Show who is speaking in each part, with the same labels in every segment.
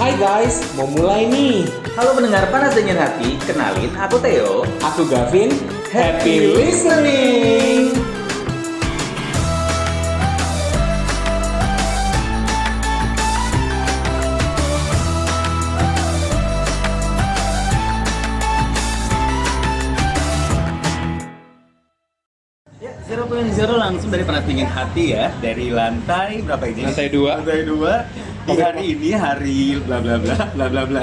Speaker 1: Hai guys, mau mulai nih.
Speaker 2: Halo pendengar panas dengan hati, kenalin aku Theo.
Speaker 1: Aku Gavin.
Speaker 2: Happy
Speaker 1: listening.
Speaker 2: Ya, 0.0 langsung dari panas dingin hati ya, dari lantai berapa ini?
Speaker 3: Lantai dua.
Speaker 2: Lantai dua. Di hari ini hari bla bla bla bla bla bla.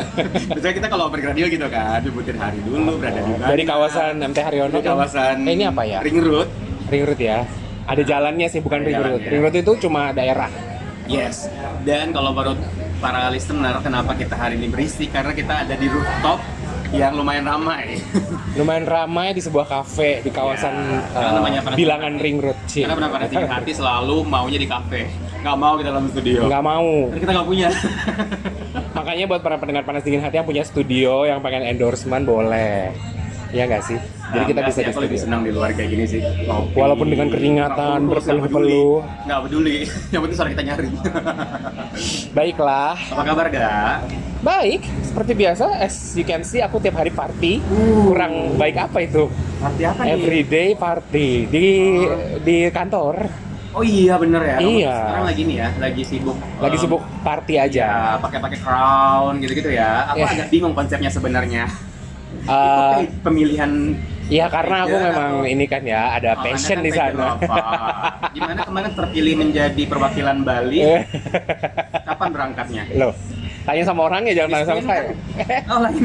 Speaker 2: Biasanya kita kalau open radio gitu kan, nyebutin hari dulu, berada di mana.
Speaker 3: Dari kawasan MT Haryono.
Speaker 2: Dari kawasan
Speaker 3: Eh, ini apa ya?
Speaker 2: Ring road.
Speaker 3: Ring road ya. Ada jalannya sih bukan
Speaker 2: Ada
Speaker 3: ring road.
Speaker 2: jalannya.
Speaker 3: Ring road itu cuma daerah.
Speaker 2: Yes. Dan kalau menurut para listener, kenapa kita hari ini berisik? Karena kita ada di rooftop yang lumayan ramai.
Speaker 3: Lumayan ramai di sebuah kafe di kawasan
Speaker 2: Ya, karena
Speaker 3: eh,
Speaker 2: namanya Panas
Speaker 3: bilangan
Speaker 2: Dingin.
Speaker 3: ring road sih.
Speaker 2: Karena benar-benar tinggi hati selalu maunya di kafe, nggak mau kita dalam studio.
Speaker 3: Nggak mau.
Speaker 2: Karena kita nggak punya.
Speaker 3: Makanya buat para pendengar panas dingin hati yang punya studio yang pengen endorsement boleh. Iya nggak sih? Jadi kita bisa
Speaker 2: Nggak Nah,
Speaker 3: ya?
Speaker 2: sih,
Speaker 3: di
Speaker 2: aku lebih
Speaker 3: studio.
Speaker 2: senang di luar kayak gini sih. Ngopi,
Speaker 3: Walaupun dengan keringatan,
Speaker 2: nggak kurus, nggak
Speaker 3: berpeluh-peluh.
Speaker 2: peduli. Nggak peduli. Yang penting suara kita nyari.
Speaker 3: Baiklah.
Speaker 2: Apa kabar gak?
Speaker 3: Baik, seperti biasa as you can see aku tiap hari party. Kurang baik apa itu?
Speaker 2: Arti apa nih?
Speaker 3: Everyday party di di kantor.
Speaker 2: Oh iya bener ya. Kamu
Speaker 3: Iya.
Speaker 2: Sekarang lagi nih ya, lagi sibuk.
Speaker 3: Lagi
Speaker 2: em,
Speaker 3: sibuk party aja.
Speaker 2: Ya, pakai-pakai crown gitu-gitu ya. Aku
Speaker 3: Ya.
Speaker 2: agak bingung konsepnya sebenarnya.
Speaker 3: Eh,
Speaker 2: Itu pemilihan
Speaker 3: Iya karena aku
Speaker 2: Iya,
Speaker 3: memang
Speaker 2: aku-
Speaker 3: ini kan ya ada
Speaker 2: Oh,
Speaker 3: passion
Speaker 2: Anda
Speaker 3: di
Speaker 2: kan
Speaker 3: sana.
Speaker 2: pengen apa? Gimana kemarin terpilih menjadi perwakilan Bali?
Speaker 3: Eh,
Speaker 2: Kapan berangkatnya?
Speaker 3: Loh, tanya sama orang ya jangan tanya sama saya.
Speaker 2: Oh lain.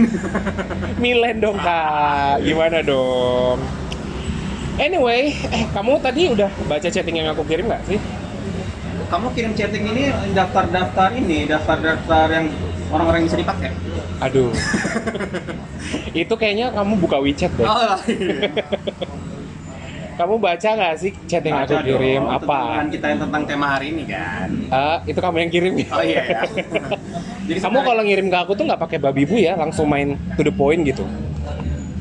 Speaker 3: Milen dong kak, gimana dong? Anyway, eh kamu tadi udah baca chatting yang aku kirim nggak sih?
Speaker 2: Kamu kirim chatting ini daftar-daftar ini, daftar-daftar yang orang-orang yang bisa dipakai.
Speaker 3: Aduh, itu kayaknya kamu buka WeChat deh.
Speaker 2: Oh,
Speaker 3: Kamu baca nggak sih chatting yang aku kirim? Apa?
Speaker 2: kita yang tentang tema hari ini kan.
Speaker 3: Eh, itu kamu yang kirim.
Speaker 2: Oh iya ya. Jadi
Speaker 3: kamu kalau ngirim ke aku tuh nggak pakai babi bu ya, langsung main to the point gitu.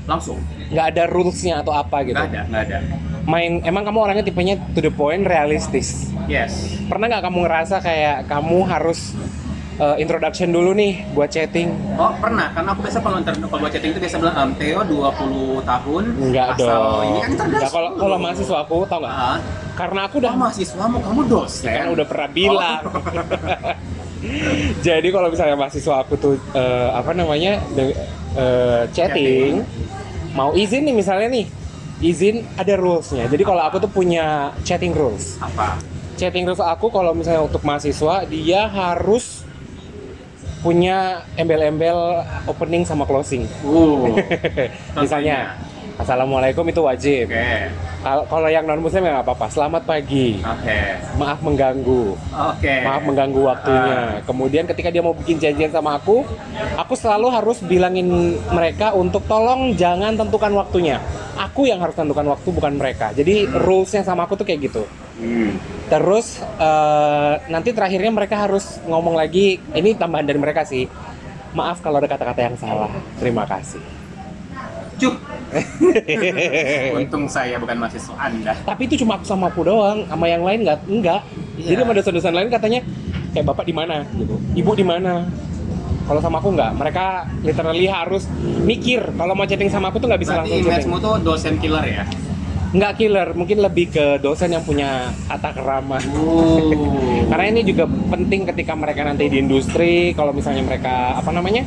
Speaker 2: langsung
Speaker 3: Nggak ada rulesnya atau apa gitu.
Speaker 2: nggak ada nggak ada.
Speaker 3: main emang kamu orangnya tipenya to the point realistis
Speaker 2: Yes.
Speaker 3: pernah nggak kamu ngerasa kayak kamu harus uh, introduction dulu nih buat chatting
Speaker 2: Oh pernah, karena aku biasa kalau ntar kalau buat chatting itu biasa bilang, "Em, Theo 20 tahun,
Speaker 3: Enggak
Speaker 2: asal
Speaker 3: dong
Speaker 2: ini kan cerdas
Speaker 3: Nggak, kalau
Speaker 2: dulu."
Speaker 3: kalau mahasiswa aku tau nggak
Speaker 2: Ah,
Speaker 3: karena aku udah
Speaker 2: udah mahasiswamu, kamu dosen.
Speaker 3: kan udah pernah bilang jadi kalau misalnya mahasiswa aku tuh uh, apa namanya de- uh, chatting mau izin nih misalnya nih izin ada rulesnya jadi kalau aku tuh punya chatting rules
Speaker 2: apa?
Speaker 3: chatting rules aku kalau misalnya untuk mahasiswa dia harus punya embel-embel opening sama closing.
Speaker 2: Uh.
Speaker 3: misalnya Assalamualaikum itu wajib.
Speaker 2: Oke.
Speaker 3: Kalau kalau yang non muslim ya nggak apa-apa. Selamat pagi.
Speaker 2: Oke.
Speaker 3: Maaf mengganggu.
Speaker 2: Oke.
Speaker 3: Maaf mengganggu waktunya. Kemudian ketika dia mau bikin janjian sama aku, aku selalu harus bilangin mereka untuk tolong jangan tentukan waktunya. Aku yang harus tentukan waktu bukan mereka. Jadi rulesnya sama aku tuh kayak gitu.
Speaker 2: Hmm.
Speaker 3: Terus eh, nanti terakhirnya mereka harus ngomong lagi. Ini tambahan dari mereka sih. Maaf kalau ada kata-kata yang salah. Terima kasih.
Speaker 2: Cuk.
Speaker 3: Eh.
Speaker 2: Untung saya bukan mahasiswa Anda.
Speaker 3: Tapi itu cuma aku sama aku doang. Sama yang lain nggak enggak. Jadi
Speaker 2: Iya.
Speaker 3: sama dosen-dosen lain katanya kayak bapak di mana gitu. Ibu di mana? Kalau sama aku nggak. Mereka literally harus mikir. Kalau mau chatting sama aku tuh nggak bisa
Speaker 2: Berarti
Speaker 3: langsung chatting.
Speaker 2: image-mu tuh dosen killer ya?
Speaker 3: Nggak killer. Mungkin lebih ke dosen yang punya tata kerama.
Speaker 2: Uh.
Speaker 3: Karena ini juga penting ketika mereka nanti di industri, kalau misalnya mereka apa namanya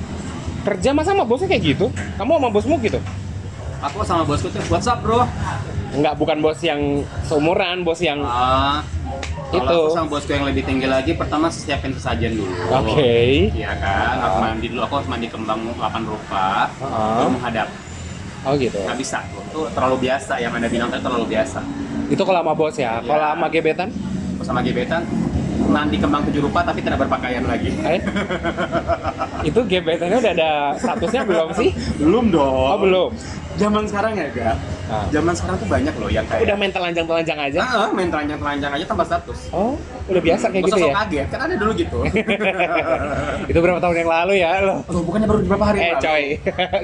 Speaker 3: kerja masa sama bosnya kayak gitu, kamu sama bosmu gitu,
Speaker 2: Aku sama bosku tuh, what's up bro?
Speaker 3: Hmm. nggak bukan bos yang seumuran, bos yang oke,
Speaker 2: Ah,
Speaker 3: Itu.
Speaker 2: kalau aku sama bosku yang lebih tinggi lagi, pertama siapin sesajen dulu. Iya kan, aku
Speaker 3: Ah.
Speaker 2: mandi dulu, aku harus mandi kembang 8 rupa,
Speaker 3: Ah.
Speaker 2: baru menghadap.
Speaker 3: oh gitu.
Speaker 2: Nggak bisa, itu terlalu biasa, yang anda bilang tadi terlalu biasa.
Speaker 3: Itu kalau sama bos ya, kalau
Speaker 2: Iya.
Speaker 3: sama gebetan,
Speaker 2: Aku sama gebetan, mandi kembang 7 rupa tapi tidak berpakaian lagi.
Speaker 3: eh? itu gebetannya udah ada statusnya belum sih?
Speaker 2: Belum dong.
Speaker 3: Oh belum.
Speaker 2: Zaman sekarang ya, Gak?
Speaker 3: Ah.
Speaker 2: Zaman sekarang tuh banyak loh yang kayak...
Speaker 3: Udah main telanjang-telanjang aja.
Speaker 2: Ah, ah, main telanjang-telanjang aja tambah status.
Speaker 3: Oh, udah biasa kayak
Speaker 2: Nggak usah
Speaker 3: gitu
Speaker 2: sok
Speaker 3: ya.
Speaker 2: kaget, kan ada dulu gitu.
Speaker 3: Itu berapa tahun yang lalu ya lo?
Speaker 2: Loh, Oh, bukannya baru beberapa hari
Speaker 3: Eh
Speaker 2: yang lalu?
Speaker 3: coy,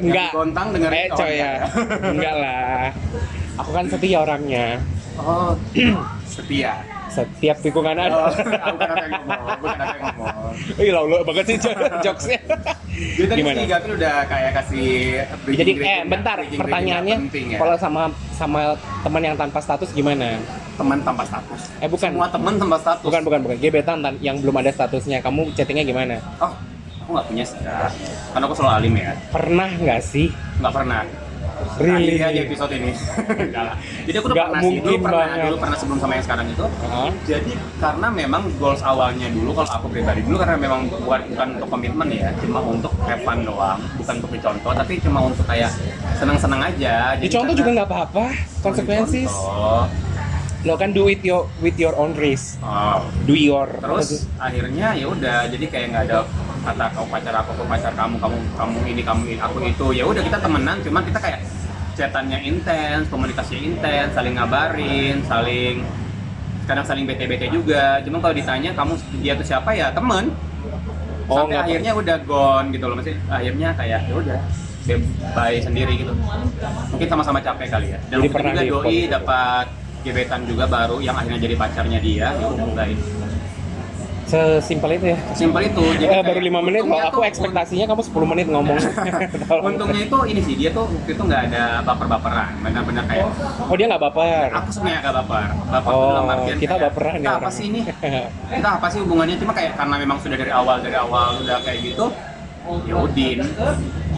Speaker 3: enggak.
Speaker 2: digontang dengerin
Speaker 3: Eh
Speaker 2: orang
Speaker 3: coy ya, enggak lah. Aku kan setia orangnya.
Speaker 2: Oh, setia.
Speaker 3: Setiap tikungan ada.
Speaker 2: Oh, bukan aku yang ngomong, bukan aku kan yang ngomong.
Speaker 3: Ih, lalu banget sih jo- jokesnya.
Speaker 2: Jadi tadi
Speaker 3: Gimana?
Speaker 2: si Gavin udah kayak kasih bridging-
Speaker 3: Jadi eh
Speaker 2: bridging ya,
Speaker 3: bentar
Speaker 2: bridging- bridging
Speaker 3: pertanyaannya
Speaker 2: yang penting ya.
Speaker 3: kalau sama sama teman yang tanpa status gimana?
Speaker 2: teman tambah status.
Speaker 3: Eh bukan.
Speaker 2: Semua teman tambah status.
Speaker 3: Bukan bukan bukan gebetan tan- yang belum ada statusnya. Kamu chattingnya gimana?
Speaker 2: Oh, aku nggak punya sih. Kak. Karena aku selalu alim ya.
Speaker 3: Pernah nggak sih?
Speaker 2: Nggak pernah.
Speaker 3: Really?
Speaker 2: Kali aja episode ini. Nggak lah. Jadi aku udah
Speaker 3: Nggak
Speaker 2: pernah sih. Dulu
Speaker 3: mungkin
Speaker 2: pernah,
Speaker 3: banget.
Speaker 2: dulu pernah sebelum sama yang sekarang itu.
Speaker 3: Heeh.
Speaker 2: Jadi karena memang goals awalnya dulu kalau aku pribadi dulu karena memang bukan bukan untuk komitmen ya, cuma untuk have fun doang, bukan untuk dicontoh, tapi cuma untuk kayak senang-senang aja. Jadi
Speaker 3: Dicontoh
Speaker 2: karena-
Speaker 3: juga nggak apa-apa. Konsekuensi.
Speaker 2: Dicontoh.
Speaker 3: Lo kan do it your with your own risk.
Speaker 2: Oh.
Speaker 3: Do your.
Speaker 2: terus akhirnya ya udah jadi kayak nggak ada kata kau pacar aku aku pacar kamu kamu kamu ini kamu ini, aku itu ya udah kita temenan cuman kita kayak chatannya intens komunikasinya intens saling ngabarin saling kadang saling bete bete juga cuman kalau ditanya kamu dia tuh siapa ya temen
Speaker 3: Oh,
Speaker 2: sampai
Speaker 3: nggak-
Speaker 2: akhirnya udah gone gitu loh maksudnya akhirnya kayak ya udah bye- bye sendiri gitu mungkin sama-sama capek kali ya dan
Speaker 3: Jadi
Speaker 2: waktu
Speaker 3: pernah
Speaker 2: itu juga
Speaker 3: di-
Speaker 2: doi dapat gebetan juga baru yang akhirnya jadi pacarnya dia ya udah mulai
Speaker 3: Sesimpel itu ya.
Speaker 2: simpel itu jadi
Speaker 3: Eh,
Speaker 2: kayak-
Speaker 3: baru 5 menit
Speaker 2: untungnya
Speaker 3: kalau aku
Speaker 2: tuh-
Speaker 3: ekspektasinya kamu 10 menit ngomong. Tolong.
Speaker 2: untungnya itu ini sih dia tuh waktu itu nggak ada baper-baperan benar-benar kayak
Speaker 3: Oh dia nggak baper.
Speaker 2: aku sebenarnya agak baper baper tuh
Speaker 3: Oh,
Speaker 2: dalam artian
Speaker 3: kita
Speaker 2: kayak,
Speaker 3: baperan ya
Speaker 2: "Kita apa
Speaker 3: orang."
Speaker 2: sih ini kita apa sih hubungannya cuma kayak karena memang sudah dari awal dari awal udah kayak gitu ya udin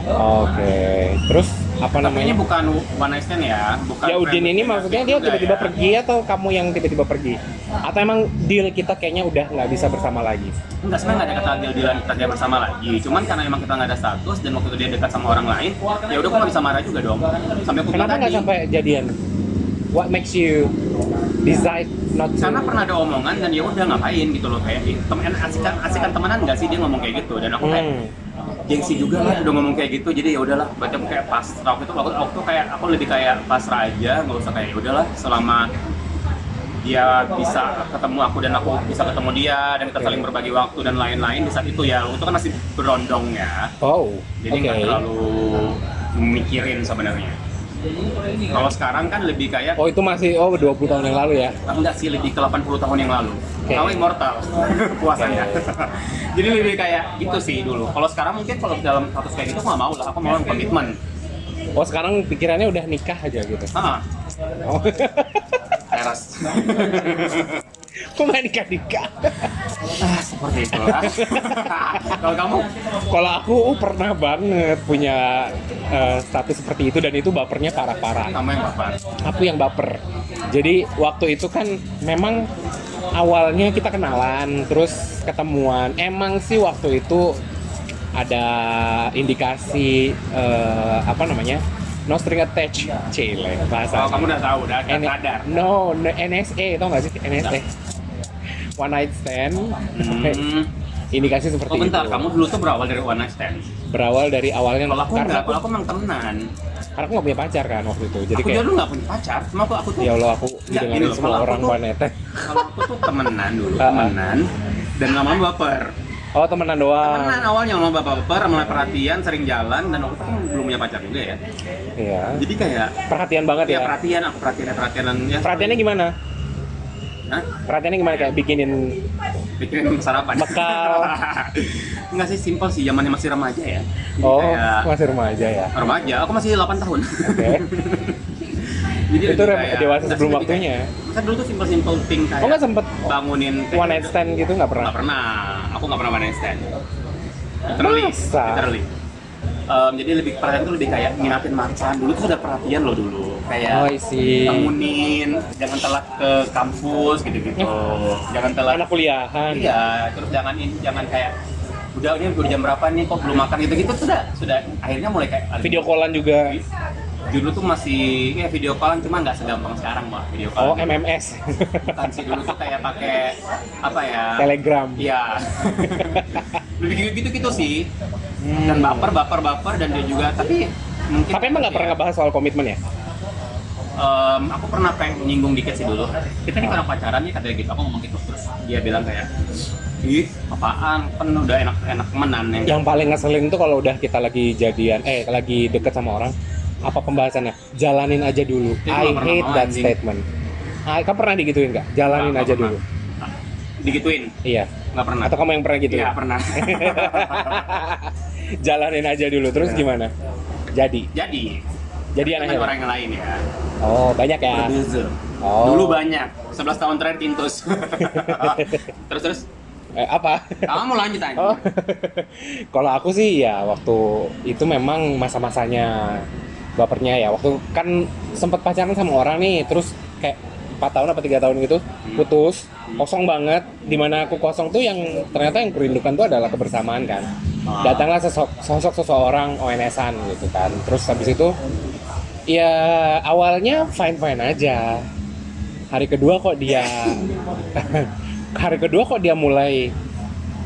Speaker 3: Oke. Terus apa
Speaker 2: tapi ini
Speaker 3: namanya?
Speaker 2: bukan one night stand ya bukan
Speaker 3: Ya Udin ini
Speaker 2: friend relationship
Speaker 3: maksudnya dia
Speaker 2: juga
Speaker 3: tiba-tiba
Speaker 2: ya.
Speaker 3: pergi atau kamu yang tiba-tiba pergi? Atau emang deal kita kayaknya udah nggak bisa bersama lagi?
Speaker 2: Enggak, sebenarnya nggak ada kata deal-dealan kita kerja bersama lagi. Cuman karena emang kita nggak ada status dan waktu itu dia dekat sama orang lain, ya udah aku nggak bisa marah juga dong. Sampai aku bilang
Speaker 3: Kenapa nggak
Speaker 2: tadi,
Speaker 3: sampai jadian? What makes you decide not to?
Speaker 2: karena pernah ada omongan dan ya udah ngapain gitu loh kayak "Ih, temen asikan asikan temenan nggak sih dia ngomong kayak gitu dan aku kayak
Speaker 3: Hmm.
Speaker 2: gengsi juga lah udah ngomong kayak gitu jadi ya udahlah berarti aku kayak pasrah waktu itu aku, aku kayak aku lebih kayak pasrah aja nggak usah kayak "Ya udahlah selama dia bisa ketemu aku dan aku bisa ketemu dia dan kita
Speaker 3: Oke.
Speaker 2: saling berbagi waktu dan lain-lain di saat itu ya itu kan masih berondong ya
Speaker 3: Oh,
Speaker 2: jadi
Speaker 3: oke.
Speaker 2: nggak terlalu mikirin sebenarnya kalau sekarang kan lebih kayak
Speaker 3: Oh itu masih oh 20 tahun yang lalu ya?
Speaker 2: Ah, enggak sih lebih ke 80 tahun yang lalu
Speaker 3: Oke.
Speaker 2: kamu immortal puasanya jadi lebih kayak gitu sih dulu kalau sekarang mungkin kalau dalam status kayak gitu aku nggak mau lah aku mau yang komitmen
Speaker 3: Oh sekarang pikirannya udah nikah aja gitu.
Speaker 2: ah
Speaker 3: Oh.
Speaker 2: teras
Speaker 3: Kok nggak nikah nikah?
Speaker 2: ah seperti itu lah kalau kamu
Speaker 3: Kalau aku uh, pernah banget punya eh, status seperti itu dan itu bapernya parah-parah.
Speaker 2: kamu yang bapak
Speaker 3: aku yang baper. Jadi waktu itu kan memang awalnya kita kenalan, terus ketemuan. Emang sih waktu itu ada indikasi eh, apa namanya? No string attached, cile
Speaker 2: kalau
Speaker 3: bahasa.
Speaker 2: kamu udah tahu udah udah
Speaker 3: N-
Speaker 2: Oh, sadar
Speaker 3: no, no, NSA, tau gak sih NSA? One night stand.
Speaker 2: hmm.
Speaker 3: Indikasi seperti
Speaker 2: Oh bentar,
Speaker 3: itu.
Speaker 2: kamu dulu tuh berawal dari one night stand.
Speaker 3: Berawal dari awalnya
Speaker 2: Kalau aku
Speaker 3: karena
Speaker 2: nggak,
Speaker 3: aku,
Speaker 2: kalau aku emang temenan.
Speaker 3: karena aku nggak punya pacar kan waktu itu. Jadi
Speaker 2: aku
Speaker 3: kayak
Speaker 2: juga dulu nggak punya pacar, cuma aku aku tuh
Speaker 3: ya Allah aku
Speaker 2: Nggak, gini
Speaker 3: didengarin
Speaker 2: loh,
Speaker 3: semua
Speaker 2: kalau aku
Speaker 3: orang
Speaker 2: tuh-
Speaker 3: wanita.
Speaker 2: kalau aku tuh temenan dulu,
Speaker 3: Ah, ah.
Speaker 2: temenan dan lama-lama baper.
Speaker 3: Oh temenan doang.
Speaker 2: Temenan awalnya lama baper, mulai perhatian, sering jalan dan waktu itu kan belum punya pacar juga ya.
Speaker 3: Iya.
Speaker 2: Jadi kayak
Speaker 3: Perhatian banget ya.
Speaker 2: ya perhatian, aku perhatian, perhatian ya.
Speaker 3: Perhatiannya gimana?
Speaker 2: Hah?
Speaker 3: Perhatiannya gimana kayak bikinin
Speaker 2: Bikin sarapan.
Speaker 3: Bekal.
Speaker 2: Enggak sih simpel sih, zamannya masih remaja ya. Jadi
Speaker 3: oh
Speaker 2: kayak
Speaker 3: masih remaja ya.
Speaker 2: remaja, aku masih 8 tahun.
Speaker 3: Oke.
Speaker 2: Jadi
Speaker 3: Itu
Speaker 2: lebih
Speaker 3: rem- dewasa
Speaker 2: terus
Speaker 3: sebelum ya?
Speaker 2: lebih kayak- Masa dulu tuh simpel-simpel thing kayak
Speaker 3: Oh nggak sempet
Speaker 2: bangunin
Speaker 3: one night stand gitu nggak pernah?
Speaker 2: Nggak pernah. Aku nggak pernah main stand. Literally.
Speaker 3: Masa?
Speaker 2: Literally. Em, jadi lebih perhatian tuh lebih kayak nginapin makan. Dulu tuh ada perhatian loh dulu. Kayak
Speaker 3: Oh isi.
Speaker 2: bangunin, jangan telat ke kampus gitu-gitu. Jangan telat.
Speaker 3: Anak kuliahan.
Speaker 2: Iya, terus jangan ini, jangan kayak udah ini udah jam berapa nih kok belum makan gitu-gitu sudah sudah akhirnya mulai kayak
Speaker 3: Video callan juga.
Speaker 2: dulu tuh masih ya video callan cuma nggak segampang sekarang mah video
Speaker 3: Oh
Speaker 2: callan
Speaker 3: MMS.
Speaker 2: bukan sih dulu tuh kayak pakai apa ya
Speaker 3: Telegram.
Speaker 2: Iya. Lebih gitu-gitu gitu sih. Dan baper, baper, baper dan dia juga tapi mungkin
Speaker 3: Tapi Hmm. emang nggak pernah
Speaker 2: Iya.
Speaker 3: ngebahas soal komitmen ya?
Speaker 2: Em, aku pernah pengen nyinggung dikit sih dulu. Kita
Speaker 3: Ah.
Speaker 2: nih pernah pacaran nih katanya gitu. Aku ngomong gitu terus dia bilang kayak Ih, apaan? Kan udah enak-enak menan yang
Speaker 3: Yang paling ngeselin tuh kalau udah kita lagi jadian, eh lagi deket sama orang, apa pembahasannya? Jalanin aja dulu.
Speaker 2: Itu
Speaker 3: I
Speaker 2: nggak pernah
Speaker 3: hate
Speaker 2: mau,
Speaker 3: that
Speaker 2: anjing.
Speaker 3: statement. Ah, kamu pernah digituin nggak? Jalanin
Speaker 2: Nggak,
Speaker 3: aja
Speaker 2: nggak
Speaker 3: dulu.
Speaker 2: digituin
Speaker 3: Iya.
Speaker 2: nggak pernah
Speaker 3: Atau kamu yang pernah gitu?
Speaker 2: Iya, pernah
Speaker 3: Jalanin aja dulu. Terus
Speaker 2: Iya.
Speaker 3: gimana? Jadi.
Speaker 2: jadi
Speaker 3: Jadi
Speaker 2: dengan
Speaker 3: anaknya.
Speaker 2: orang yang lain ya
Speaker 3: Oh, banyak ya.
Speaker 2: berbeza
Speaker 3: Oh.
Speaker 2: dulu banyak 11 tahun terakhir tintus terus terus
Speaker 3: Eh, apa?
Speaker 2: kamu mau lanjut aja
Speaker 3: Oh. Kalau aku sih ya waktu itu memang masa-masanya bapernya ya. Waktu kan sempet pacaran sama orang nih, terus kayak 4 tahun apa tiga tahun gitu putus kosong banget dimana aku kosong tuh yang ternyata yang kurindukan tuh adalah kebersamaan kan
Speaker 2: Ah.
Speaker 3: datanglah sosok sosok seseorang ONS-an gitu kan terus habis itu ya awalnya fine fine aja hari kedua kok dia hari kedua kok dia mulai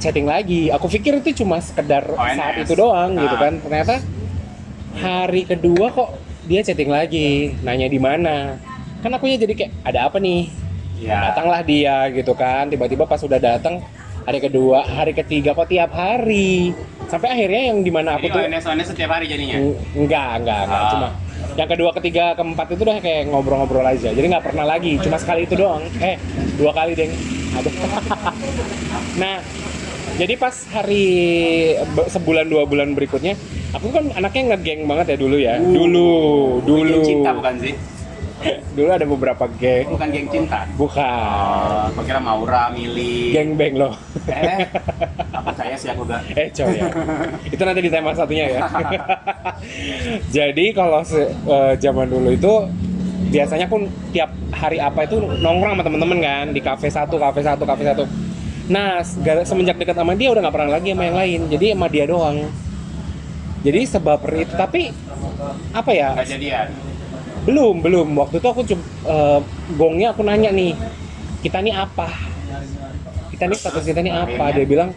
Speaker 3: chatting lagi aku pikir itu cuma sekedar
Speaker 2: ONS.
Speaker 3: saat itu doang gitu
Speaker 2: Ah.
Speaker 3: kan ternyata hari kedua kok dia chatting lagi nanya di mana kan akunya jadi kayak ada apa nih
Speaker 2: ya
Speaker 3: datanglah dia gitu kan tiba-tiba pas sudah datang hari kedua hari ketiga kok tiap hari sampai akhirnya yang dimana aku
Speaker 2: jadi
Speaker 3: tuh Iya.
Speaker 2: ONS ONS Iya, setiap hari jadinya
Speaker 3: Eng- enggak enggak enggak
Speaker 2: Ah.
Speaker 3: cuma yang kedua ketiga keempat itu udah kayak ngobrol-ngobrol aja jadi nggak pernah lagi cuma sekali itu doang eh dua kali deng aduh nah jadi pas hari be- sebulan dua bulan berikutnya aku kan anaknya ngegeng banget ya dulu ya dulu dulu
Speaker 2: geng Uh, cinta bukan sih
Speaker 3: dulu ada beberapa geng
Speaker 2: bukan geng cinta
Speaker 3: bukan
Speaker 2: Eh, gua kira Maura, Mili
Speaker 3: geng beng loh
Speaker 2: eh apa percaya sih aku udah
Speaker 3: Eh coy ya. itu nanti di tema satunya ya. Jadi kalau se- eh, zaman dulu itu biasanya pun tiap hari apa itu nongkrong sama temen-temen kan di kafe satu, kafe satu, kafe satu. Nah sega- semenjak dekat sama dia udah nggak pernah lagi sama yang lain. Jadi sama dia doang. Jadi sebab itu tapi apa ya?
Speaker 2: nggak jadian
Speaker 3: Belum, belum. Waktu itu aku cuma eh, gongnya aku nanya nih, kita nih apa? Kita nih status kita nih apa? Dia bilang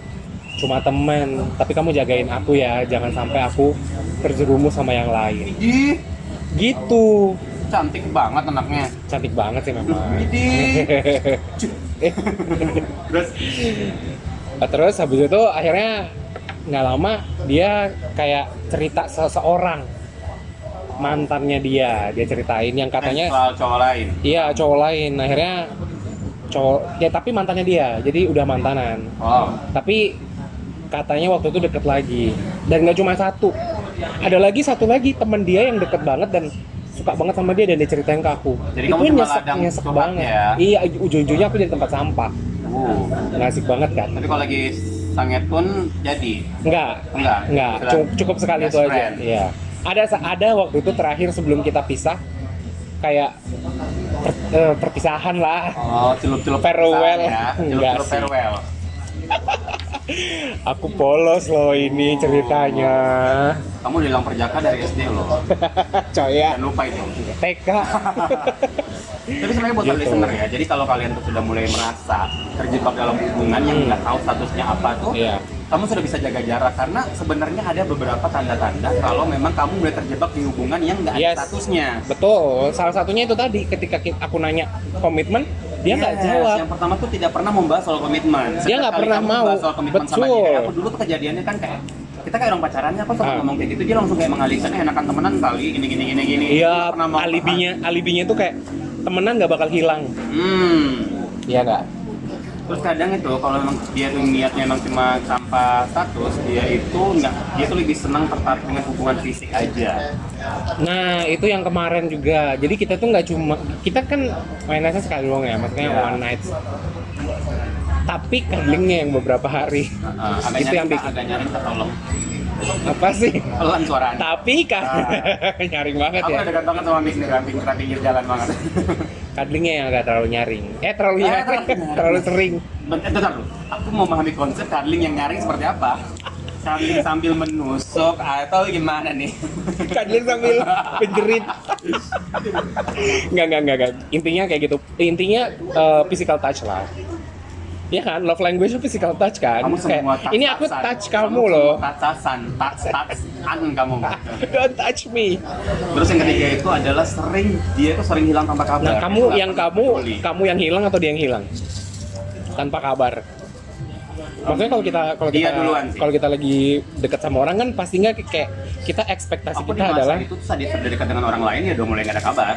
Speaker 3: cuma teman, tapi kamu jagain aku ya, jangan sampai aku terjerumus sama yang lain.
Speaker 2: ih
Speaker 3: Gitu.
Speaker 2: cantik banget anaknya
Speaker 3: Cantik banget sih memang.
Speaker 2: Widih. terus
Speaker 3: Nah, Terus habis itu akhirnya nggak lama dia kayak cerita seseorang mantannya dia, dia ceritain yang katanya
Speaker 2: eh, soal cowok lain
Speaker 3: Iya cowok lain akhirnya cowok ya tapi mantannya dia jadi udah mantanan
Speaker 2: oh
Speaker 3: tapi katanya waktu itu deket lagi dan nggak cuma satu ada lagi satu lagi temen dia yang deket banget dan suka banget sama dia dan dia ceritain ke aku
Speaker 2: Jadi kamu cuma ladang
Speaker 3: nyesek
Speaker 2: coklat
Speaker 3: banget
Speaker 2: ya?
Speaker 3: iya ujung-ujungnya aku jadi tempat sampah
Speaker 2: uh.
Speaker 3: nggak asik banget kan
Speaker 2: tapi kalau lagi sangat pun jadi
Speaker 3: nggak
Speaker 2: enggak
Speaker 3: nggak
Speaker 2: Sudah.
Speaker 3: cu- cukup sekali itu
Speaker 2: Best
Speaker 3: aja
Speaker 2: friend.
Speaker 3: iya ada sa- ada waktu itu terakhir sebelum kita pisah kayak per- eh, perpisahan lah
Speaker 2: oh celup-celup
Speaker 3: Farewell.
Speaker 2: pesan ya.
Speaker 3: Enggak
Speaker 2: celup-celup
Speaker 3: sih.
Speaker 2: farewell
Speaker 3: Aku polos loh ini ceritanya.
Speaker 2: kamu bilang perjaka dari SD loh
Speaker 3: Coy ya,
Speaker 2: jangan lupa itu
Speaker 3: TK.
Speaker 2: tapi sebenarnya buat
Speaker 3: Gitu.
Speaker 2: listener ya jadi kalau kalian tuh sudah mulai merasa terjebak dalam hubungan yang nggak tahu statusnya apa tuh
Speaker 3: Iya.
Speaker 2: kamu sudah bisa jaga jarak karena sebenarnya ada beberapa tanda-tanda kalau memang kamu mulai terjebak di hubungan yang nggak ada
Speaker 3: Yes.
Speaker 2: statusnya
Speaker 3: Betul. Salah satunya itu tadi ketika ki- aku nanya komitmen, dia nggak
Speaker 2: Yes,
Speaker 3: jawab.
Speaker 2: Yang pertama tuh tidak pernah membahas soal komitmen. Setiap
Speaker 3: nggak
Speaker 2: kali
Speaker 3: pernah
Speaker 2: kamu
Speaker 3: mau.
Speaker 2: membahas Soal komitmen sama
Speaker 3: Betul.
Speaker 2: dia, kayak aku dulu tuh kejadiannya kan kayak kita kayak orang pacarannya kok sama
Speaker 3: Ah.
Speaker 2: ngomong kayak gitu dia langsung kayak mengalihkan "Eh, enakan temenan kali gini gini gini gini. Nggak
Speaker 3: Iya,
Speaker 2: pernah mau
Speaker 3: alibinya alibinya itu kayak temenan nggak bakal hilang.
Speaker 2: bahas. Hmm.
Speaker 3: Iya nggak?
Speaker 2: Terus kadang itu kalau memang dia tuh niatnya memang cuma tanpa status, dia itu nggak dia tuh lebih senang tertarik dengan hubungan fisik aja.
Speaker 3: Nah, itu yang kemarin juga. Jadi kita tuh nggak cuma kita kan mainnya sekali doang ya, maksudnya
Speaker 2: Iya.
Speaker 3: one night. Tapi kadangnya yang beberapa hari.
Speaker 2: Heeh,
Speaker 3: Itu
Speaker 2: agak nyaris,
Speaker 3: yang bikin-
Speaker 2: agak nyaris tolong.
Speaker 3: Apa sih?
Speaker 2: Pelan suara Anda.
Speaker 3: Tapi kan nyaring banget
Speaker 2: Aku
Speaker 3: ya.
Speaker 2: udah dekat banget sama Miss nih, ramping pinggir jalan banget.
Speaker 3: Kadlingnya yang agak terlalu nyaring. Eh terlalu
Speaker 2: Ah,
Speaker 3: nyaring,
Speaker 2: terlalu-
Speaker 3: terlalu sering.
Speaker 2: Bentar, bentar dulu. Aku mau memahami konsep cuddling yang nyaring seperti apa. Cuddling sambil menusuk atau gimana nih?
Speaker 3: Kadling sambil penjerit. Enggak, enggak, enggak, enggak. Intinya kayak gitu. Intinya eh, physical touch lah. Iya kan, love language physical touch kan.
Speaker 2: Kamu
Speaker 3: Kayak,
Speaker 2: semua touch
Speaker 3: ini aku
Speaker 2: touch-an.
Speaker 3: touch kamu
Speaker 2: semua
Speaker 3: loh.
Speaker 2: Touch-touchan, touch touch-an kamu.
Speaker 3: Don't touch me.
Speaker 2: Terus yang ketiga itu adalah sering dia tuh sering hilang tanpa kabar.
Speaker 3: Nah, kamu
Speaker 2: Nggak
Speaker 3: yang
Speaker 2: pernah
Speaker 3: kamu,
Speaker 2: peduli.
Speaker 3: kamu yang hilang atau dia yang hilang? Tanpa kabar. Maksudnya kalau kita kalau
Speaker 2: Dia
Speaker 3: kita
Speaker 2: Iya, duluan sih.
Speaker 3: kalau kita lagi dekat sama orang kan pastinya kayak kita ekspektasi
Speaker 2: Aku di
Speaker 3: kita
Speaker 2: masa
Speaker 3: adalah
Speaker 2: itu tuh saat dia sudah dekat dengan orang lain ya udah mulai nggak ada kabar.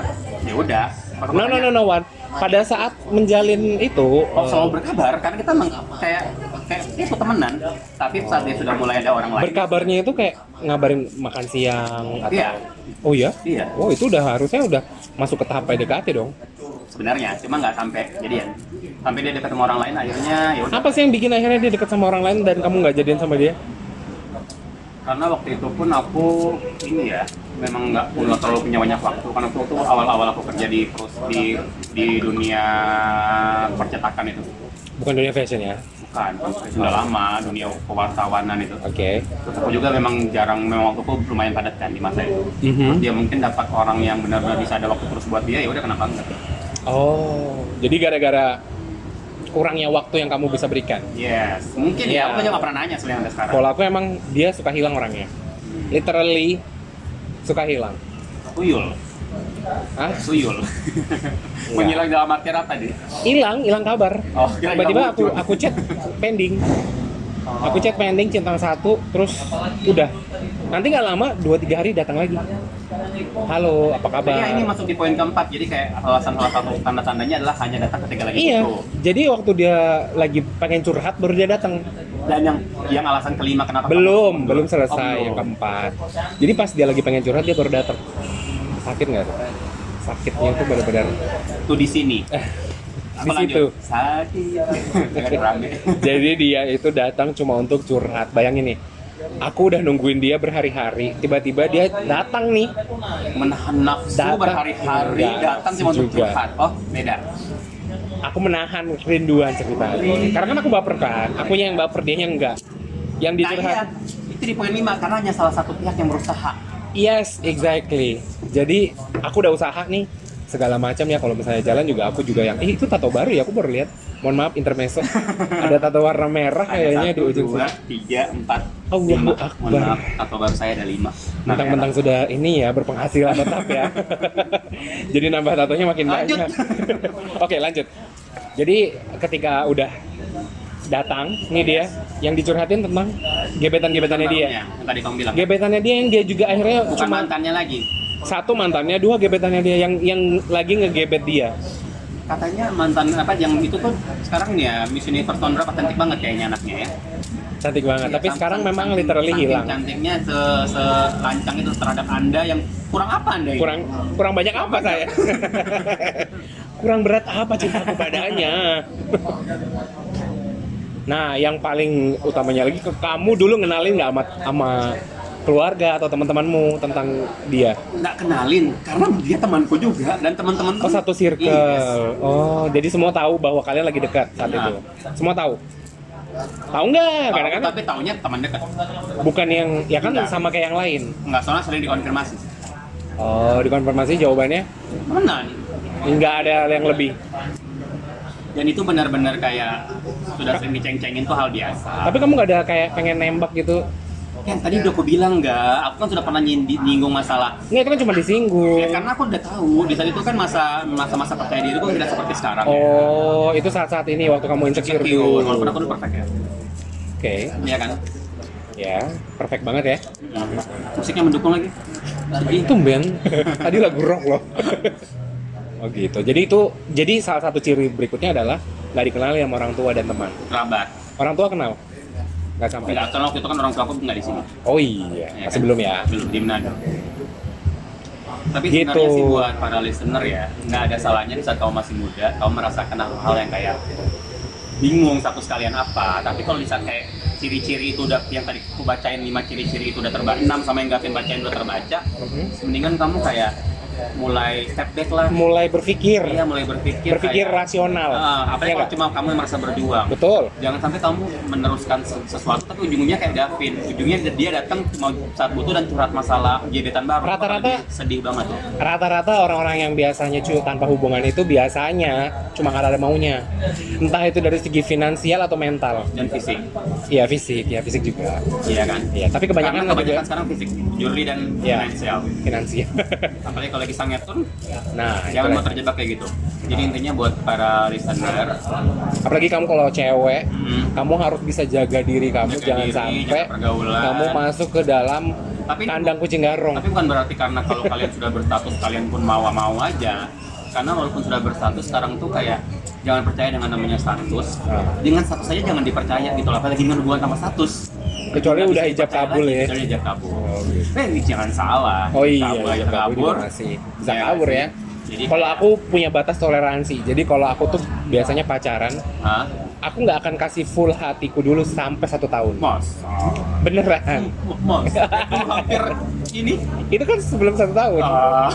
Speaker 2: Ya udah, Pas
Speaker 3: No no no no Wan. Pada saat menjalin itu
Speaker 2: Oh,
Speaker 3: eh,
Speaker 2: selalu berkabar karena kita meng, kayak kayak itu temenan tapi saat dia sudah mulai ada orang lain
Speaker 3: berkabarnya itu kayak ngabarin makan siang atau
Speaker 2: Iya.
Speaker 3: oh iya
Speaker 2: Iya.
Speaker 3: oh itu udah harusnya udah masuk ke tahap PDKT dong
Speaker 2: sebenarnya cuma nggak sampai jadian sampai dia dekat sama orang lain akhirnya ya udah
Speaker 3: apa sih yang bikin akhirnya dia deket sama orang lain dan kamu nggak jadian sama dia
Speaker 2: karena waktu itu pun aku ini ya memang nggak nggak terlalu punya banyak waktu karena waktu itu awal-awal aku kerja di perus- di di dunia percetakan itu
Speaker 3: bukan dunia fashion ya
Speaker 2: bukan sudah lama dunia pewartawanan itu
Speaker 3: oke
Speaker 2: terus aku juga memang jarang memang waktu aku lumayan padat kan di masa itu
Speaker 3: Mhm.
Speaker 2: dia mungkin dapat orang yang benar-benar bisa ada waktu terus buat dia ya udah kenapa enggak
Speaker 3: oh jadi gara-gara kurangnya waktu yang kamu bisa berikan
Speaker 2: Yes, mungkin
Speaker 3: Iya.
Speaker 2: ya. Aku juga nggak pernah nanya sebenarnya sampai sekarang.
Speaker 3: kalau aku emang dia suka hilang orangnya literally suka hilang
Speaker 2: Tuyul,
Speaker 3: ah
Speaker 2: tuyul.
Speaker 3: Iya.
Speaker 2: Menghilang dalam artian apa deh?
Speaker 3: hilang hilang kabar
Speaker 2: Oh, kira-kira
Speaker 3: tiba-tiba aku
Speaker 2: muncul.
Speaker 3: aku chat pending aku chat pending centang satu terus udah nanti nggak lama dua tiga hari datang lagi halo apa kabar
Speaker 2: Iya, ini masuk di poin keempat. Jadi kayak alasan salah satu tanda-tandanya adalah hanya datang ketika lagi
Speaker 3: Iya,
Speaker 2: butuh.
Speaker 3: jadi waktu dia lagi pengen curhat baru dia datang.
Speaker 2: Dan yang yang alasan kelima kenapa
Speaker 3: Belum,
Speaker 2: kamu-
Speaker 3: belum
Speaker 2: Oh,
Speaker 3: selesai ya,
Speaker 2: belum.
Speaker 3: yang keempat. Jadi pas dia lagi pengen curhat dia baru datang. Sakit nggak? tuh? Sakitnya itu benar-benar.
Speaker 2: Tuh di sini. Aku
Speaker 3: Eh, di
Speaker 2: lanjut.
Speaker 3: situ.
Speaker 2: Sakit. Dengan rame.
Speaker 3: Jadi dia itu datang cuma untuk curhat. Bayangin nih, aku udah nungguin dia berhari-hari. Tiba-tiba dia datang nih.
Speaker 2: Menahan nafsu
Speaker 3: Datang.
Speaker 2: berhari-hari
Speaker 3: Enggak,
Speaker 2: datang cuma untuk
Speaker 3: juga.
Speaker 2: curhat. Oh, beda.
Speaker 3: Aku menahan kerinduan cerita. Karena kan aku baper kan. Akunya yang baper, dia yang enggak. Yang
Speaker 2: Nah, iya,
Speaker 3: dicurhat.
Speaker 2: itu di poin lima karena hanya salah satu pihak yang berusaha.
Speaker 3: Yes, exactly. Jadi aku udah usaha nih segala macam ya kalau misalnya jalan juga aku juga yang eh itu tato baru ya aku baru lihat. Mohon maaf intermezzo. Ada tato warna merah kayaknya Iya, di ujung
Speaker 2: dua,
Speaker 3: sini.
Speaker 2: tiga, empat,
Speaker 3: Allahu
Speaker 2: lima.
Speaker 3: Akbar.
Speaker 2: Mohon maaf, atau baru saya ada lima. Nah,
Speaker 3: Mentang-mentang sudah ini ya berpenghasilan tetap ya. Jadi nambah tatonya makin
Speaker 2: Lanjut.
Speaker 3: banyak. Oke, lanjut. Jadi ketika udah datang nih dia yang dicurhatin tentang gebetan-gebetannya dia.
Speaker 2: barunya, Yang tadi kamu bilang.
Speaker 3: Gebetannya dia yang dia juga akhirnya
Speaker 2: Bukan
Speaker 3: cuma
Speaker 2: mantannya lagi.
Speaker 3: satu mantannya dua gebetannya dia yang yang lagi ngegebet dia
Speaker 2: Katanya mantan apa yang itu tuh sekarang nih ya Miss Universe tahun berapa cantik banget kayaknya anaknya ya.
Speaker 3: cantik banget Nah, tapi
Speaker 2: Iya,
Speaker 3: sekarang
Speaker 2: saking-
Speaker 3: memang
Speaker 2: saking-
Speaker 3: literally
Speaker 2: saking
Speaker 3: hilang
Speaker 2: Cantiknya se selancang itu terhadap anda yang kurang apa anda ya? ini?
Speaker 3: kurang kurang banyak apa saya kurang berat apa cintaku padanya nah yang paling utamanya lagi ke kamu dulu ngenalin nggak sama sama keluarga atau teman-temanmu tentang dia
Speaker 2: nggak kenalin karena dia temanku juga dan teman-teman Iya.
Speaker 3: oh satu circle
Speaker 2: Yes.
Speaker 3: oh jadi semua tahu bahwa kalian lagi dekat saat
Speaker 2: Nah.
Speaker 3: itu semua tahu tahu nggak
Speaker 2: Tahu,
Speaker 3: kadang-kadang
Speaker 2: tapi taunya teman dekat
Speaker 3: bukan yang ya kan
Speaker 2: Enggak.
Speaker 3: sama kayak yang lain
Speaker 2: nggak soalnya sering dikonfirmasi
Speaker 3: Oh, dikonfirmasi jawabannya
Speaker 2: temenan
Speaker 3: nggak ada yang lebih.
Speaker 2: dan itu benar-benar kayak sudah sering diceng-cengin tuh hal biasa
Speaker 3: Tapi kamu nggak ada kayak pengen nembak gitu?
Speaker 2: yang tadi udah aku bilang nggak aku kan sudah pernah nyindi- nyinggung masalah
Speaker 3: Nggak, itu kan cuma disinggung.
Speaker 2: ya karena aku udah tahu di saat itu kan masa masa-masa percaya diri aku tidak seperti sekarang ya.
Speaker 3: Oh, itu saat-saat ini waktu kamu insecure dulu.
Speaker 2: Insecure, walaupun aku
Speaker 3: Oke,
Speaker 2: udah perfect ya Iya kan
Speaker 3: ya, perfect banget ya.
Speaker 2: musiknya mendukung lagi Jadi,
Speaker 3: Itu Ben, tadi lagu rock loh. oh gitu. Jadi itu, jadi salah satu ciri berikutnya adalah nggak dikenali sama orang tua dan teman.
Speaker 2: kerabat
Speaker 3: Orang tua kenal? Nggak sampai.
Speaker 2: nggak soalnya waktu itu kan orang tua aku nggak di sini
Speaker 3: Oh iya,
Speaker 2: Ya
Speaker 3: masih
Speaker 2: kan?
Speaker 3: belum ya.
Speaker 2: belum di Manado tapi
Speaker 3: Gitu.
Speaker 2: sebenarnya sih buat para listener ya nggak ada salahnya di saat kamu masih muda kamu merasakan hal-hal yang kayak bingung satu sekalian apa tapi kalau di saat kayak ciri-ciri itu udah yang tadi aku bacain lima ciri-ciri itu udah terbaca enam sama yang Gavin bacain udah terbaca
Speaker 3: Mhm.
Speaker 2: mendingan kamu kayak mulai step back lah
Speaker 3: Mulai berpikir,
Speaker 2: iya mulai berpikir
Speaker 3: berpikir
Speaker 2: kayak,
Speaker 3: rasional.
Speaker 2: Ah,
Speaker 3: Iya
Speaker 2: apalagi kalau
Speaker 3: nggak?
Speaker 2: cuma kamu yang merasa berjuang
Speaker 3: Betul.
Speaker 2: jangan sampai kamu meneruskan se- sesuatu tapi ujungnya kayak Gavin ujungnya dia datang cuma saat butuh dan curhat masalah gebetan baru
Speaker 3: Rata-rata-
Speaker 2: Apalagi sedih banget
Speaker 3: Rata-rata orang-orang yang biasanya cuy tanpa hubungan itu biasanya cuma karena ada maunya. Entah itu dari segi finansial atau mental.
Speaker 2: dan fisik
Speaker 3: Iya fisik, ya fisik juga.
Speaker 2: iya kan
Speaker 3: Iya, tapi kebanyakan
Speaker 2: karena kebanyakan
Speaker 3: juga
Speaker 2: sekarang fisik juri dan
Speaker 3: Iya.
Speaker 2: finansial
Speaker 3: finansial.
Speaker 2: apalagi kalau lagi sangat turun
Speaker 3: nah, itu
Speaker 2: jangan
Speaker 3: lah.
Speaker 2: mau terjebak kayak gitu jadi intinya buat para listener
Speaker 3: apalagi kamu kalau cewek,
Speaker 2: hmm,
Speaker 3: kamu harus bisa jaga diri kamu
Speaker 2: Jaga
Speaker 3: jangan
Speaker 2: diri,
Speaker 3: sampai
Speaker 2: jaga pergaulan.
Speaker 3: kamu masuk ke dalam
Speaker 2: Tapi ini
Speaker 3: kandang kucing garong.
Speaker 2: tapi bukan berarti karena kalau kalian sudah berstatus kalian pun mau-mau aja karena walaupun sudah berstatus sekarang tuh kayak jangan percaya dengan namanya status
Speaker 3: Ah.
Speaker 2: dengan status aja jangan dipercaya gitu lah apalagi dengan hubungan sama status
Speaker 3: Kecuali
Speaker 2: Nggak
Speaker 3: udah
Speaker 2: bisa
Speaker 3: hijab
Speaker 2: dipercaya
Speaker 3: kabul
Speaker 2: lagi,
Speaker 3: ya.
Speaker 2: kecuali hijab kabul
Speaker 3: Oh, gitu.
Speaker 2: eh jangan salah
Speaker 3: Oh iya,
Speaker 2: kabur,
Speaker 3: bisa
Speaker 2: hijab kabur
Speaker 3: kabur masih bisa
Speaker 2: Iya,
Speaker 3: kabur ya.
Speaker 2: jadi
Speaker 3: Kalau aku punya batas toleransi, jadi kalau aku tuh biasanya pacaran,
Speaker 2: Hah?
Speaker 3: aku nggak akan kasih full hatiku dulu sampai satu tahun.
Speaker 2: mos Hmm.
Speaker 3: Beneran.
Speaker 2: mos Itu hampir ini
Speaker 3: Itu kan sebelum satu tahun.
Speaker 2: Ah.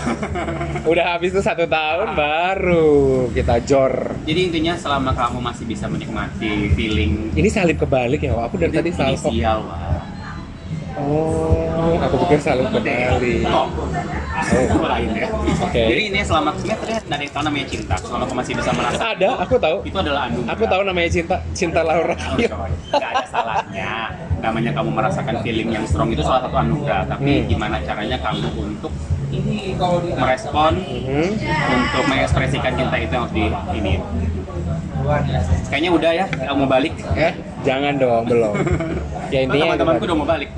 Speaker 3: Udah habis tuh satu tahun baru kita jor.
Speaker 2: jadi intinya selama kamu masih bisa menikmati feeling
Speaker 3: Ini salib kebalik ya, Wak? aku dari
Speaker 2: itu
Speaker 3: tadi salpok.
Speaker 2: inisial, Wak.
Speaker 3: Oh, aku pikir salib kebalik.
Speaker 2: Oh.
Speaker 3: Oh.
Speaker 2: Lain ya.
Speaker 3: Oke.
Speaker 2: Jadi ini selama sebenarnya tidak ada yang tahu namanya cinta. Selama kamu masih bisa merasa
Speaker 3: Ada, aku tahu.
Speaker 2: itu adalah anugerah.
Speaker 3: Aku tahu namanya cinta, cinta Laura.
Speaker 2: Tidak ada salahnya. Namanya kamu merasakan feeling yang strong itu salah satu anugerah. Tapi
Speaker 3: Hmm.
Speaker 2: gimana caranya kamu untuk ini kalau merespon
Speaker 3: Hmm.
Speaker 2: untuk mengekspresikan cinta itu yang harus di ini. Kayaknya udah ya, nggak mau balik.
Speaker 3: Eh, jangan dong, belum. Ya
Speaker 2: Kalau
Speaker 3: intinya
Speaker 2: Teman-temanku
Speaker 3: gitu.
Speaker 2: udah mau balik.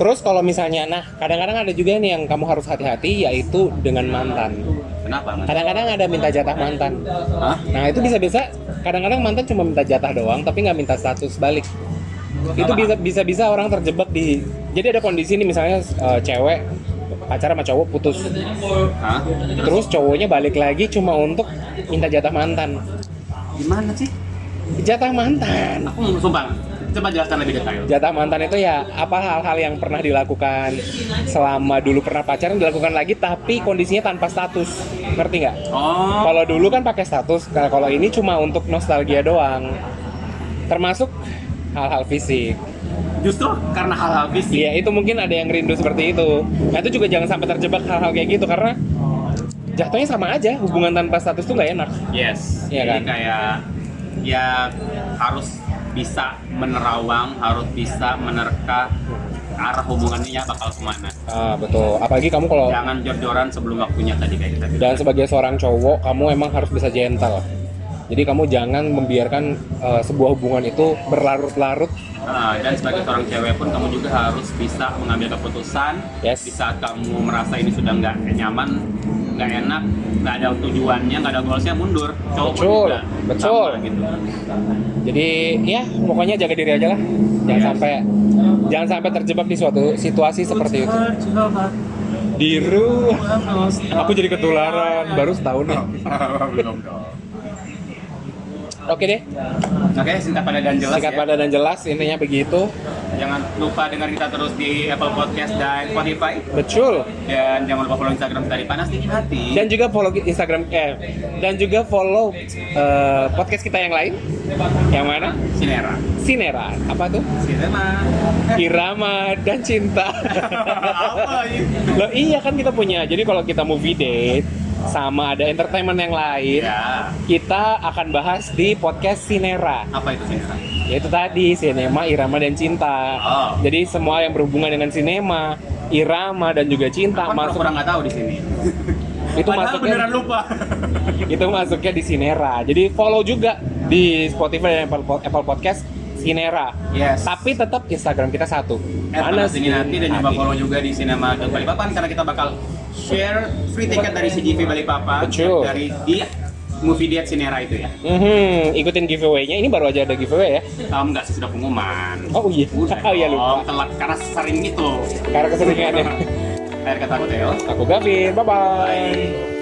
Speaker 3: Terus kalau misalnya, nah kadang-kadang ada juga nih yang kamu harus hati-hati yaitu dengan mantan.
Speaker 2: Kenapa? Mas?
Speaker 3: Kadang-kadang ada minta jatah mantan.
Speaker 2: Hah?
Speaker 3: Nah itu bisa-bisa, kadang-kadang mantan cuma minta jatah doang, tapi nggak minta status balik. Itu bisa bisa bisa orang terjebak di. Jadi ada kondisi nih misalnya eh, cewek pacar sama cowok putus,
Speaker 2: Hah?
Speaker 3: terus cowoknya balik lagi cuma untuk minta jatah mantan.
Speaker 2: Gimana sih?
Speaker 3: Jatah mantan.
Speaker 2: Aku mau sumpah. Coba jelaskan lebih detail.
Speaker 3: Jatah mantan itu ya apa hal-hal yang pernah dilakukan selama dulu pernah pacaran dilakukan lagi tapi kondisinya tanpa status. Ngerti nggak?
Speaker 2: Oh,
Speaker 3: Kalau dulu kan pakai status, kalau kalau ini cuma untuk nostalgia doang. Termasuk hal-hal fisik.
Speaker 2: justru karena hal-hal fisik.
Speaker 3: Iya, itu mungkin ada yang rindu seperti itu. Nah, itu juga jangan sampai terjebak hal-hal kayak gitu karena jatuhnya sama aja, hubungan tanpa status tuh nggak enak.
Speaker 2: Yes.
Speaker 3: Iya
Speaker 2: Jadi
Speaker 3: kan?
Speaker 2: kayak ya harus bisa menerawang, harus bisa menerka arah hubungannya ya bakal kemana.
Speaker 3: Ah, betul. Apalagi kamu kalau
Speaker 2: Jangan jor-joran sebelum waktunya tadi kayak gitu. kita bilang.
Speaker 3: dan sebagai seorang cowok, kamu emang harus bisa gentle. Jadi kamu jangan membiarkan eh, sebuah hubungan itu berlarut-larut.
Speaker 2: Ah, dan sebagai seorang cewek pun kamu juga harus bisa mengambil keputusan
Speaker 3: Yes.
Speaker 2: di saat kamu merasa ini sudah nggak nyaman, nggak enak, nggak ada tujuannya, nggak ada goalsnya mundur. Cowok pun
Speaker 3: Betul,
Speaker 2: juga
Speaker 3: betul.
Speaker 2: sama gitu.
Speaker 3: Jadi ya pokoknya jaga diri aja lah. Jangan
Speaker 2: Yes.
Speaker 3: sampai jangan sampai terjebak di suatu situasi seperti itu.
Speaker 2: Coba,
Speaker 3: Di ru-
Speaker 2: coba,
Speaker 3: Aku jadi ketularan baru setahun nih.
Speaker 2: belum dong.
Speaker 3: Oke deh,
Speaker 2: Oke, singkat pada dan jelas
Speaker 3: singkat
Speaker 2: ya.
Speaker 3: pada dan jelas intinya begitu.
Speaker 2: Jangan lupa dengar kita terus di Apple Podcast dan Spotify.
Speaker 3: Betul.
Speaker 2: Dan jangan lupa follow Instagram dari Panas Dingin Hati.
Speaker 3: Dan juga follow Instagram eh dan juga follow eh, podcast kita yang lain. Yang mana?
Speaker 2: Sinera.
Speaker 3: Sinera. Apa tuh?
Speaker 2: Sinema.
Speaker 3: Irama dan Cinta.
Speaker 2: Apa ini?
Speaker 3: Loh iya kan kita punya. Jadi kalau kita movie date sama ada entertainment yang lain,
Speaker 2: Ya,
Speaker 3: kita akan bahas di podcast Sinera.
Speaker 2: apa itu Sinera?
Speaker 3: yaitu Ya tadi sinema irama dan cinta
Speaker 2: Oh.
Speaker 3: jadi semua yang berhubungan dengan sinema irama dan juga cinta
Speaker 2: Kan
Speaker 3: masuk
Speaker 2: pura-pura nggak tahu di sini.
Speaker 3: itu
Speaker 2: Padahal
Speaker 3: masuknya
Speaker 2: beneran lupa.
Speaker 3: itu masuknya di sinera jadi follow juga di Spotify dan Apple, Po- Apple Podcast sinera
Speaker 2: Yes.
Speaker 3: tapi tetap Instagram kita satu
Speaker 2: Eh, Panas
Speaker 3: Dingin
Speaker 2: Dingin Hati dan juga
Speaker 3: Hati.
Speaker 2: follow juga di Sinema dan Balikpapan karena kita bakal share free ticket dari CGV Balikpapan
Speaker 3: Betul.
Speaker 2: dari di movie date Sinera itu ya.
Speaker 3: Mhm, ikutin giveaway-nya ini baru aja ada giveaway ya
Speaker 2: Kamu nggak sih sudah pengumuman.
Speaker 3: oh iya
Speaker 2: Udah
Speaker 3: oh iya lupa ya.
Speaker 2: dong, telat karena sering itu.
Speaker 3: karena keseringannya
Speaker 2: Akhir kata aku Theo.
Speaker 3: aku Gavin bye-bye.
Speaker 2: Bye.